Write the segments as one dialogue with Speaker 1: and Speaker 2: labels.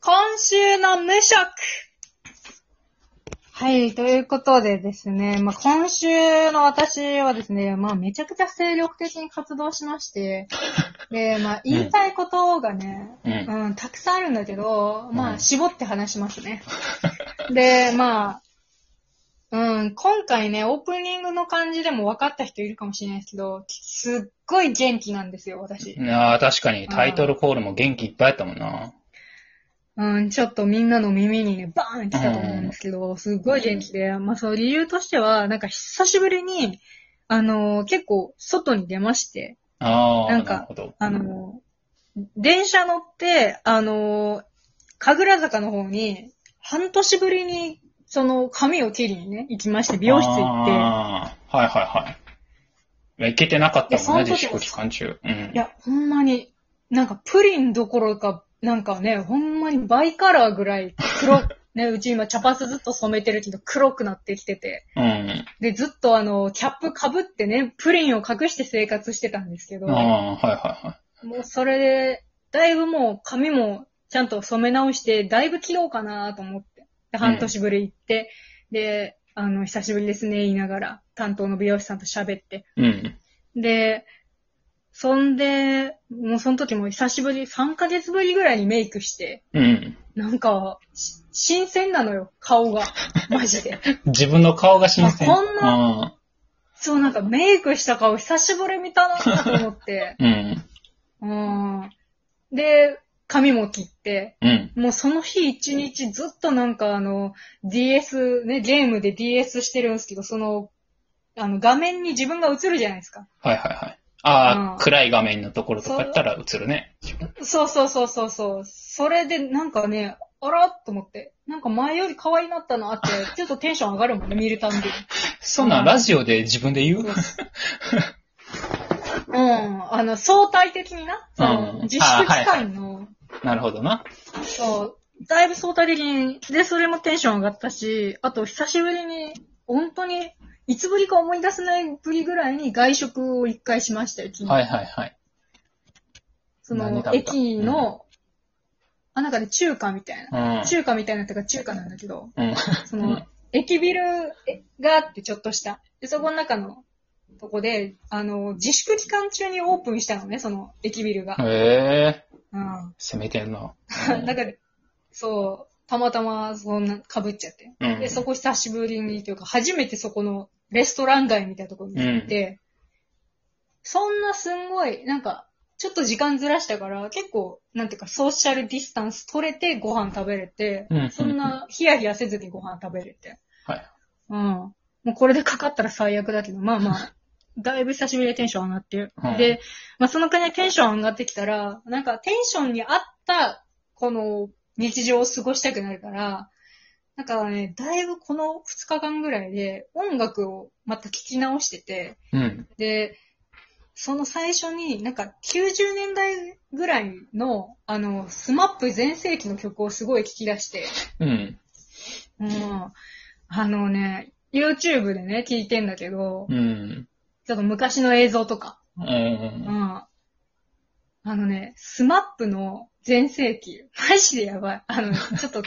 Speaker 1: 今週の無職
Speaker 2: はい、ということでですね、まあ、今週の私はですね、まあ、めちゃくちゃ精力的に活動し まして、で、まあ、言いたいことがね、
Speaker 3: うん。
Speaker 2: うん、たくさんあるんだけど、ま
Speaker 3: う
Speaker 2: あ、
Speaker 3: ん
Speaker 2: 絞って話します ね。で、まあ、うん、今回ね、オープニングの感じでも分かった人いるかもしれないですけど、すっごい元気なんですよ、私。
Speaker 3: ああ、確かにタイトルコールも元気いっぱいあったもんな。
Speaker 2: うん、ちょっとみんなの耳にね、バーン来たと思うんですけど、すっごい元気で、まあそう、理由としては、なんか久しぶりに、あのー結構外に出まして、
Speaker 3: ああ、
Speaker 2: な
Speaker 3: なん
Speaker 2: か
Speaker 3: るほど。
Speaker 2: あのー電車乗って、あのー神楽坂の方に、半年ぶりに、その、髪を切りにね、行きまして、美容室行っ
Speaker 3: ああ、はいはいはい。いや行けてなかった
Speaker 2: いや
Speaker 3: も
Speaker 2: そ
Speaker 3: ん
Speaker 2: の
Speaker 3: ね、
Speaker 2: 時も
Speaker 3: 自粛期間中。うん
Speaker 2: て、い。や、ほんまに、なんかプリンどころか、なんかね、ほんまにバイカラーぐらい黒、 ね、うち今茶髪ずっと染めてるけど黒くなってきてて、
Speaker 3: うん。
Speaker 2: で、ずっとあの、キャップ被ってね、プリンを隠して生活してたんですけど、
Speaker 3: ああ、はいはいはい。
Speaker 2: もうそれで、だいぶもう髪もちゃんと染め直して、だいぶ切ろうかなと思って。で、半年ぶり行って、で、あの、久しぶりですね、言いながら、担当の美容師さんと喋って。
Speaker 3: うん。
Speaker 2: で、そんで、もうその時も久しぶり、3ヶ月ぶりぐらいにメイクして、
Speaker 3: うん。
Speaker 2: なんか、し新鮮なのよ、顔が。マジで。
Speaker 3: 自分の顔が新鮮。
Speaker 2: あこん
Speaker 3: な。
Speaker 2: そう、なんかメイクした顔久しぶり見たなと思って。
Speaker 3: うん。
Speaker 2: うん。で、髪も切って、
Speaker 3: うん。
Speaker 2: もうその日一日ずっとなんかあの、DS、ね、ゲームで DS してるんですけど、その、あの、画面に自分が映るじゃないですか。
Speaker 3: はいはいはい。あ
Speaker 2: うん
Speaker 3: あ、暗い画面のところとかやったら映るね。
Speaker 2: そうそうそうそうそう。それでなんかね、あらっと思って、なんか前より可愛いなったなって、ちょっとテンション上がるもんね、見るたんびに。
Speaker 3: そんなんラジオで自分で言う
Speaker 2: うん。あの、相対的にな、その
Speaker 3: うん、
Speaker 2: 自粛期間の、
Speaker 3: なるほどな。
Speaker 2: そう。だいぶ相対的に、で、それもテンション上がったし、あと久しぶりに、本当に、いつぶりか思い出せないぶりぐらいに外食を一回しましたよ、昨日。
Speaker 3: はいはいはい。
Speaker 2: そ
Speaker 3: 何食
Speaker 2: の、
Speaker 3: べた
Speaker 2: 駅の、あ、なんかね、中華みたいな。
Speaker 3: う
Speaker 2: 中華みたいなってか中華なんだけど、
Speaker 3: ん。うん。
Speaker 2: そうの
Speaker 3: ん、
Speaker 2: 駅ビルがあってちょっとした。で、そこの中の、とこで、あの、自粛期間中にオープンしたのね、その、駅ビル が。
Speaker 3: へえ、
Speaker 2: うん。
Speaker 3: 攻めてんな。
Speaker 2: だから、そう、たまたまそんな被っちゃって。
Speaker 3: うん
Speaker 2: で、そこ久しぶりにというか、初めてそこのレストラン街みたいなところに行って、そんなすんごい、なんか、ちょっと時間ずらしたから、結構、なんていうか、ソーシャルディスタンス取れてご飯食べれて、
Speaker 3: うん
Speaker 2: そんなヒヤヒヤせずにご飯食べれて。
Speaker 3: はい。
Speaker 2: うん。もうこれでかかったら最悪だけど、まあまあ、 だいぶ久しぶりでテンション上がってる。
Speaker 3: うん
Speaker 2: で、まあそのくらいテンション上がってきたら、なんかテンションに合った、この日常を過ごしたくなるから、なんかね、だいぶこの2日間ぐらいで音楽をまた聴き直してて、
Speaker 3: うん。
Speaker 2: で、その最初になんか90年代ぐらいの、あの、スマップ全盛期の曲をすごい聴き出して、
Speaker 3: うん。
Speaker 2: うん。あのね、YouTube でね、聞いてんだけど、
Speaker 3: うん。
Speaker 2: ちょっと昔の映像とか。
Speaker 3: う
Speaker 2: うん。
Speaker 3: ん。
Speaker 2: あのね、スマップの全盛期。マジでやばい。あの、ちょっと、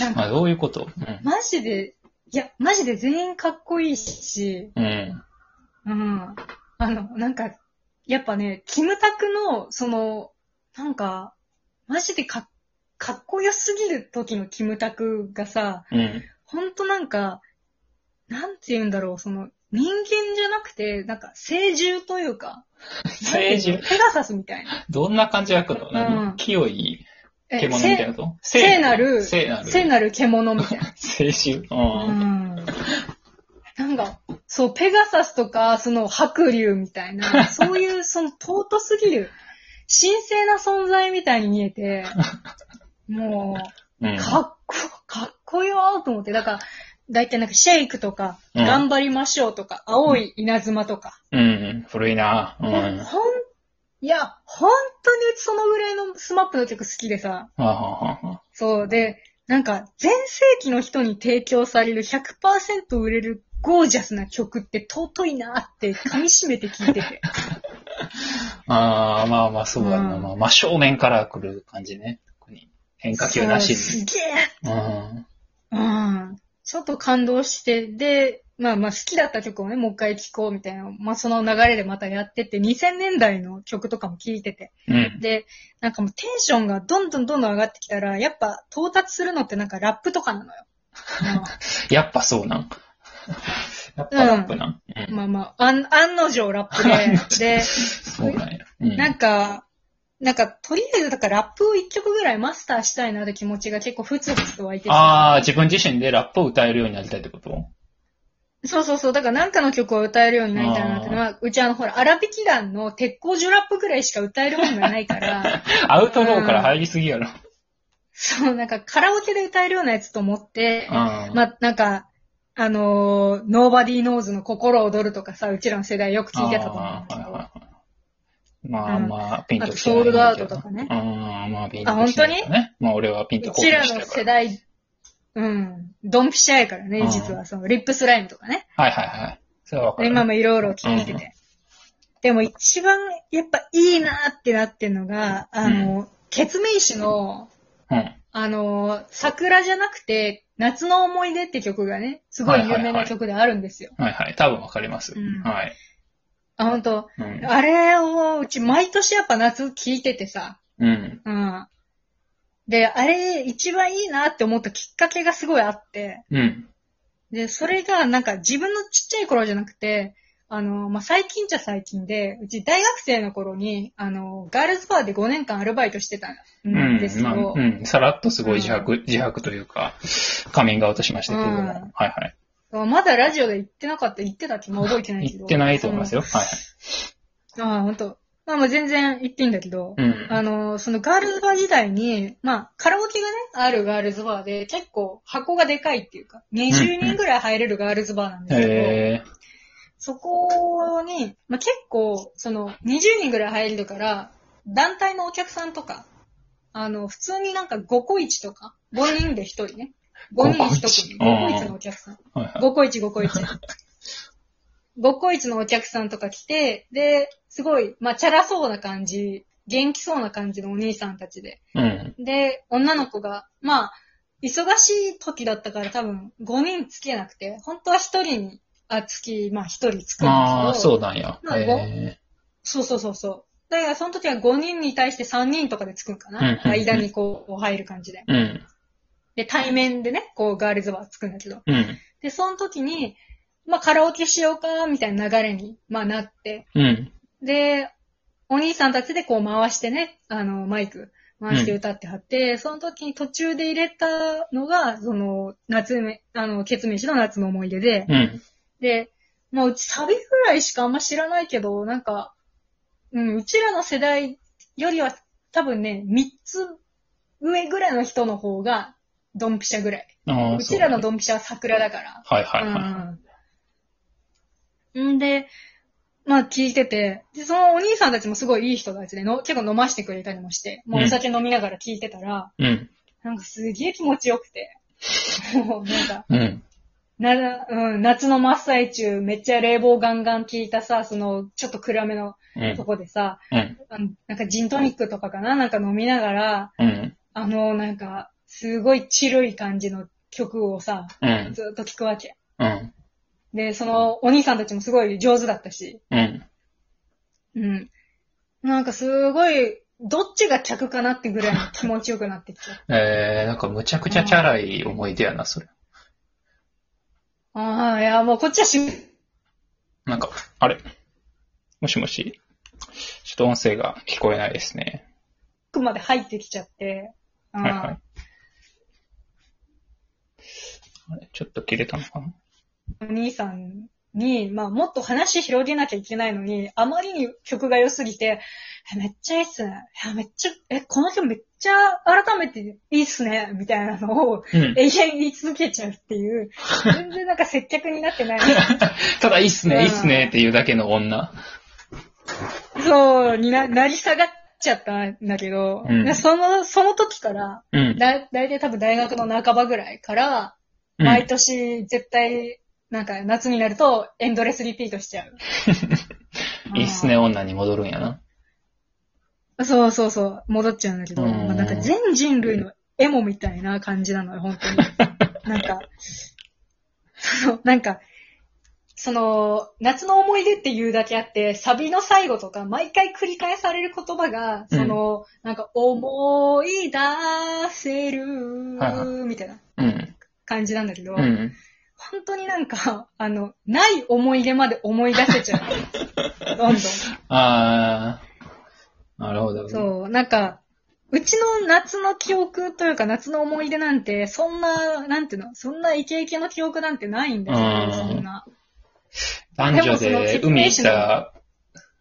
Speaker 2: なん
Speaker 3: まあ、
Speaker 2: か、
Speaker 3: どういうことうん
Speaker 2: マジで、いや、マジで全員かっこいいし、
Speaker 3: うん。
Speaker 2: うん。あの、なんか、やっぱね、キムタクの、その、なんか、マジでかっ、かっこよすぎる時のキムタクがさ、
Speaker 3: うん。
Speaker 2: ほんとなんか、なんて言うんだろう、その、人間じゃなくて、なんか、聖獣というか、
Speaker 3: 聖
Speaker 2: なん
Speaker 3: 獣
Speaker 2: ていうのペガサスみたいな。
Speaker 3: どんな感じ役の
Speaker 2: うん
Speaker 3: 何清い
Speaker 2: え
Speaker 3: 獣みたいなこと
Speaker 2: 聖聖なる、
Speaker 3: 聖なる。
Speaker 2: 聖なる獣みたいな。
Speaker 3: 聖獣。
Speaker 2: う
Speaker 3: うん。
Speaker 2: ん。なんか、そう、ペガサスとか、その、白竜みたい な、そういう、その、尊すぎる、神聖な存在みたいに見えて、もう、
Speaker 3: うん。
Speaker 2: かっこ、かっこよーと思って、だから、だいたいなんかシェイクとか、
Speaker 3: うん
Speaker 2: 頑張りましょうとか、青い稲妻とか、
Speaker 3: うん。古いな。う
Speaker 2: ほん
Speaker 3: ん。、
Speaker 2: いや、本当にそのぐらいのスマップの曲好きでさ、
Speaker 3: あははは
Speaker 2: そう、で、なんか、全盛期の人に提供される100%売れるゴージャスな曲って尊いなって噛み締めて聴いて て。
Speaker 3: ああ、まあまあ、そうだ
Speaker 2: う
Speaker 3: な。
Speaker 2: ん
Speaker 3: まあ、真正面から来る感じね。特に。変化球らしい
Speaker 2: そうす
Speaker 3: ね。
Speaker 2: げ
Speaker 3: うん。
Speaker 2: えうん。ちょっと感動して、で、まあまあ好きだった曲をね、もう一回聴こうみたいな、まあその流れでまたやってって、2000年代の曲とかも聴いてて、
Speaker 3: うん。
Speaker 2: で、なんかもうテンションがどんどんどんどん上がってきたら、やっぱ到達するのってなんかラップとかなのよ。
Speaker 3: やっぱそうなん。 やっぱラップなん。う
Speaker 2: うん
Speaker 3: ん。
Speaker 2: まあまあ、あん案の定ラップで、で、
Speaker 3: そうなんや。うん
Speaker 2: なんか、なんか、とりあえず、だからラップを一曲ぐらいマスターしたいなって気持ちが結構ふつふつと湧いてて。
Speaker 3: ああ、自分自身でラップを歌えるようになりたいってこと
Speaker 2: そうそうそう。だからなんかの曲を歌えるようになりたいなってのは、うちあの、ほら、荒引き団の鉄工所ラップぐらいしか歌えるもんがないから、
Speaker 3: アウトローから入りすぎやろ。
Speaker 2: そう、なんかカラオケで歌えるようなやつと思って、
Speaker 3: うん。
Speaker 2: まあ、なんか、あのー、Nobody Knows の心躍るとかさ、うちらの世代よく聞いてたと思うんだけど。
Speaker 3: あーはいはいはいまあ
Speaker 2: うん
Speaker 3: まあ、ピンと
Speaker 2: あとソールドアウトとかね
Speaker 3: ああー、まあピンと
Speaker 2: あ本当に
Speaker 3: きてないね。まあ俺はピンと
Speaker 2: う
Speaker 3: こ
Speaker 2: ちら
Speaker 3: して
Speaker 2: の
Speaker 3: るか
Speaker 2: 世
Speaker 3: ら。
Speaker 2: 代、うん、ドンピシャやから
Speaker 3: う
Speaker 2: ね
Speaker 3: ん、
Speaker 2: 実は、その、リップスライムとかね。
Speaker 3: はいはいはい。それはわかる。
Speaker 2: 今もいろいろ聞いて
Speaker 3: うん
Speaker 2: て。でも一番、やっぱいいなってなってんのが、あの、ケツメイシの、
Speaker 3: うん。
Speaker 2: あの、桜じゃなくて、夏の思い出って曲がね、すごい有名な曲であるんですよ。
Speaker 3: はいはい。多分わかります。
Speaker 2: うん
Speaker 3: はい。
Speaker 2: あ、ほんと。
Speaker 3: うん。
Speaker 2: あれを、うち毎年やっぱ夏聴いててさ、
Speaker 3: うん。
Speaker 2: うん。で、あれ、一番いいなって思ったきっかけがすごいあって、
Speaker 3: うん。
Speaker 2: で、それがなんか自分のちっちゃい頃じゃなくて、あの、まあ、最近じゃ最近で、うち大学生の頃に、あの、ガールズバーで5年間アルバイトしてた
Speaker 3: うん
Speaker 2: んです
Speaker 3: ま
Speaker 2: よ。
Speaker 3: あ、うん。さらっとすごい自白、自白というか、カミングアウトしましたけども。
Speaker 2: うん
Speaker 3: はいはい。
Speaker 2: まだラジオで言ってなかった、言ってたっけまあ覚えてないけど。
Speaker 3: 言ってないと思いますよ。はい
Speaker 2: その。ああ、ほんと。まあまあ全然言っていいんだけど、
Speaker 3: はい。
Speaker 2: あの、そのガールズバー時代に、まあ、カラオケがね、あるガールズバーで、結構箱がでかいっていうか、20人ぐらい入れるガールズバーなん
Speaker 3: うん。
Speaker 2: ですけど、
Speaker 3: へえ。
Speaker 2: そこに、まあ、結構、その、20人ぐらい入るから、団体のお客さんとか、あの、普通になんか5個1とか、5人で1人ね。5人1組、
Speaker 3: 5個
Speaker 2: 5
Speaker 3: 一
Speaker 2: 個1のお客さん。
Speaker 3: はいはい。
Speaker 2: 5個1、5個1。5個1のお客さんとか来て、で、すごい、まあ、チャラそうな感じ、元気そうな感じのお兄さんたちで。
Speaker 3: うん。
Speaker 2: で、女の子が、まあ、忙しい時だったから多分5人つけなくて、本当は1人に、あ、月、まあ1人つくん
Speaker 3: ああ、
Speaker 2: ですけ
Speaker 3: そ
Speaker 2: ど、
Speaker 3: うなんや。
Speaker 2: まあ
Speaker 3: へえ。
Speaker 2: そうそうそうそう。だからその時は5人に対して3人とかでつくんかな、
Speaker 3: うんうんうん
Speaker 2: 間にこう入る感じで。
Speaker 3: うん。
Speaker 2: で、対面でね、こうガールズバーつくんだけど。
Speaker 3: うん。
Speaker 2: で、その時に、まあカラオケしようか、みたいな流れに、まあ、なって。
Speaker 3: うん。
Speaker 2: で、お兄さんたちでこう回してね、あの、マイク回して歌ってはって、その時に途中で入れたのが、その、夏め、あの、ケツメイシの夏の思い出で、
Speaker 3: うん。
Speaker 2: で、まあうちサビぐらいしかあんま知らないけど、なんか、うん、うちらの世代よりは多分ね、3つ上ぐらいの人の方が、ドンピシャぐらい。
Speaker 3: ああ、
Speaker 2: う
Speaker 3: そ
Speaker 2: ち
Speaker 3: う
Speaker 2: ら
Speaker 3: なんや。
Speaker 2: のドンピシャは桜だから。
Speaker 3: はいはいはい。
Speaker 2: うん。んで、まあ聞いてて、で、そのお兄さんたちもすごいいい人たちでの、結構飲ましてくれたりもして、もうお酒飲みながら聞いてたら、
Speaker 3: うん。
Speaker 2: なんかすげえ気持ちよくて、もうなんか、
Speaker 3: うん。
Speaker 2: なら、うん、夏の真っ最中、めっちゃ冷房ガンガン効いたさ、その、ちょっと暗めの
Speaker 3: うん
Speaker 2: と。こでさ、
Speaker 3: うん。
Speaker 2: あのなんかジントニックとかかななんか飲みながら、
Speaker 3: うん。
Speaker 2: あの、なんか、すごいチルい感じの曲をさ、
Speaker 3: うん。
Speaker 2: ずっと聴くわけ。
Speaker 3: うん。
Speaker 2: で、その、お兄さんたちもすごい上手だったし、
Speaker 3: うん。
Speaker 2: うん。なんかすごい、どっちが客かなってぐらい気持ちよくなってきち ゃう。
Speaker 3: えー、なんかむちゃくちゃチャラい思い出やな、それ。
Speaker 2: ああ、いや、もうこっちはし、
Speaker 3: なんか、あれもしもしちょっと音声が聞こえないですね。
Speaker 2: くまで入ってきちゃって、あー
Speaker 3: はいはい。あれちょっと切れたのかな
Speaker 2: お兄さんに、まあ、もっと話広げなきゃいけないのに、あまりに曲が良すぎて、えめっちゃいいっすね。いやめっちゃ、え、この曲めっちゃ改めていいっすね。みたいなのを
Speaker 3: うん。
Speaker 2: 永遠言い続けちゃうって いう、全然なんか接客になってない。
Speaker 3: ただ、いいっす
Speaker 2: うん
Speaker 3: ね、いいっすねっていうだけの女。
Speaker 2: そう、にな、なり下がっちゃったんだけど、
Speaker 3: うん
Speaker 2: でその、その時から、
Speaker 3: うん。
Speaker 2: だ、だいたい多分大学の半ばぐらいから、
Speaker 3: うん
Speaker 2: 毎年絶対、なんか夏になるとエンドレスリピートしちゃう
Speaker 3: 。いいっすね、女に戻るんやな。
Speaker 2: そうそうそう、戻っちゃうんだけど、
Speaker 3: うん
Speaker 2: まあなんか全人類のエモみたいな感じなのよ、本当 に。なんか、その、なんか、その、夏の思い出っていうだけあって、サビの最後とか、毎回繰り返される言葉が、その、なんか、思い出せる
Speaker 3: はいは、
Speaker 2: みたいな
Speaker 3: うん。
Speaker 2: 感じなんだけど、
Speaker 3: うん。
Speaker 2: 本当になんか、あの、ない思い出まで思い出せち ゃう。どんどん。
Speaker 3: あー、なるほど。
Speaker 2: そう、なんか、うちの夏の記憶というか夏の思い出なんて、そんな、なんていうの、そんなイケイケの記憶なんてないんです
Speaker 3: うん
Speaker 2: よ、そんな。
Speaker 3: 男女
Speaker 2: でもその
Speaker 3: で
Speaker 2: 説
Speaker 3: 海
Speaker 2: 明
Speaker 3: 行っ
Speaker 2: 書の
Speaker 3: た、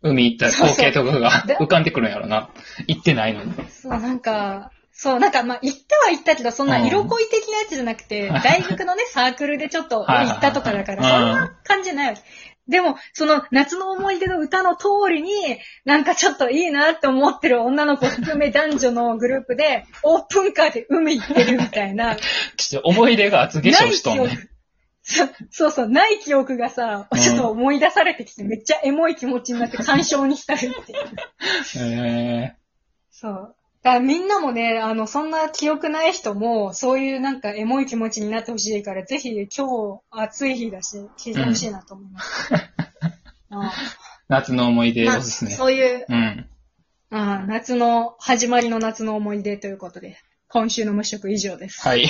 Speaker 3: 海行った光景とかが
Speaker 2: そうそうで
Speaker 3: 浮かんでくるんやろな。行ってないのに。
Speaker 2: そう、なんか、そう、なんか、まあ、行ったは行ったけど、そんな
Speaker 3: うん
Speaker 2: 色恋的なやつじゃなくて、大学のね、サークルでちょっと
Speaker 3: はいはいはい
Speaker 2: 行ったとかだから、そん
Speaker 3: うん
Speaker 2: な感じじゃないわけ。でも、その夏の思い出の歌の通りに、なんかちょっといいなって思ってる女の子含め男女のグループで、オープンカーで海行ってるみたいな、
Speaker 3: ちょっと思い出が厚化粧しとん
Speaker 2: ない記
Speaker 3: ね。
Speaker 2: そそうそう、ない記憶がさ、
Speaker 3: うん
Speaker 2: ちょっと思い出されてきて、めっちゃエモい気持ちになって感傷に浸るっていう。
Speaker 3: え
Speaker 2: そう。だからみんなもね、あの、そんな記憶ない人も、そういうなんかエモい気持ちになってほしいから、ぜひ今日暑い日だし、聞いてほしいなと思います。あ
Speaker 3: ー、夏の 思い出
Speaker 2: あ
Speaker 3: おすすめ。
Speaker 2: そういう、
Speaker 3: うん。
Speaker 2: ああ夏の、始まりの夏の思い出ということで、今週の無職以上です。
Speaker 3: はい。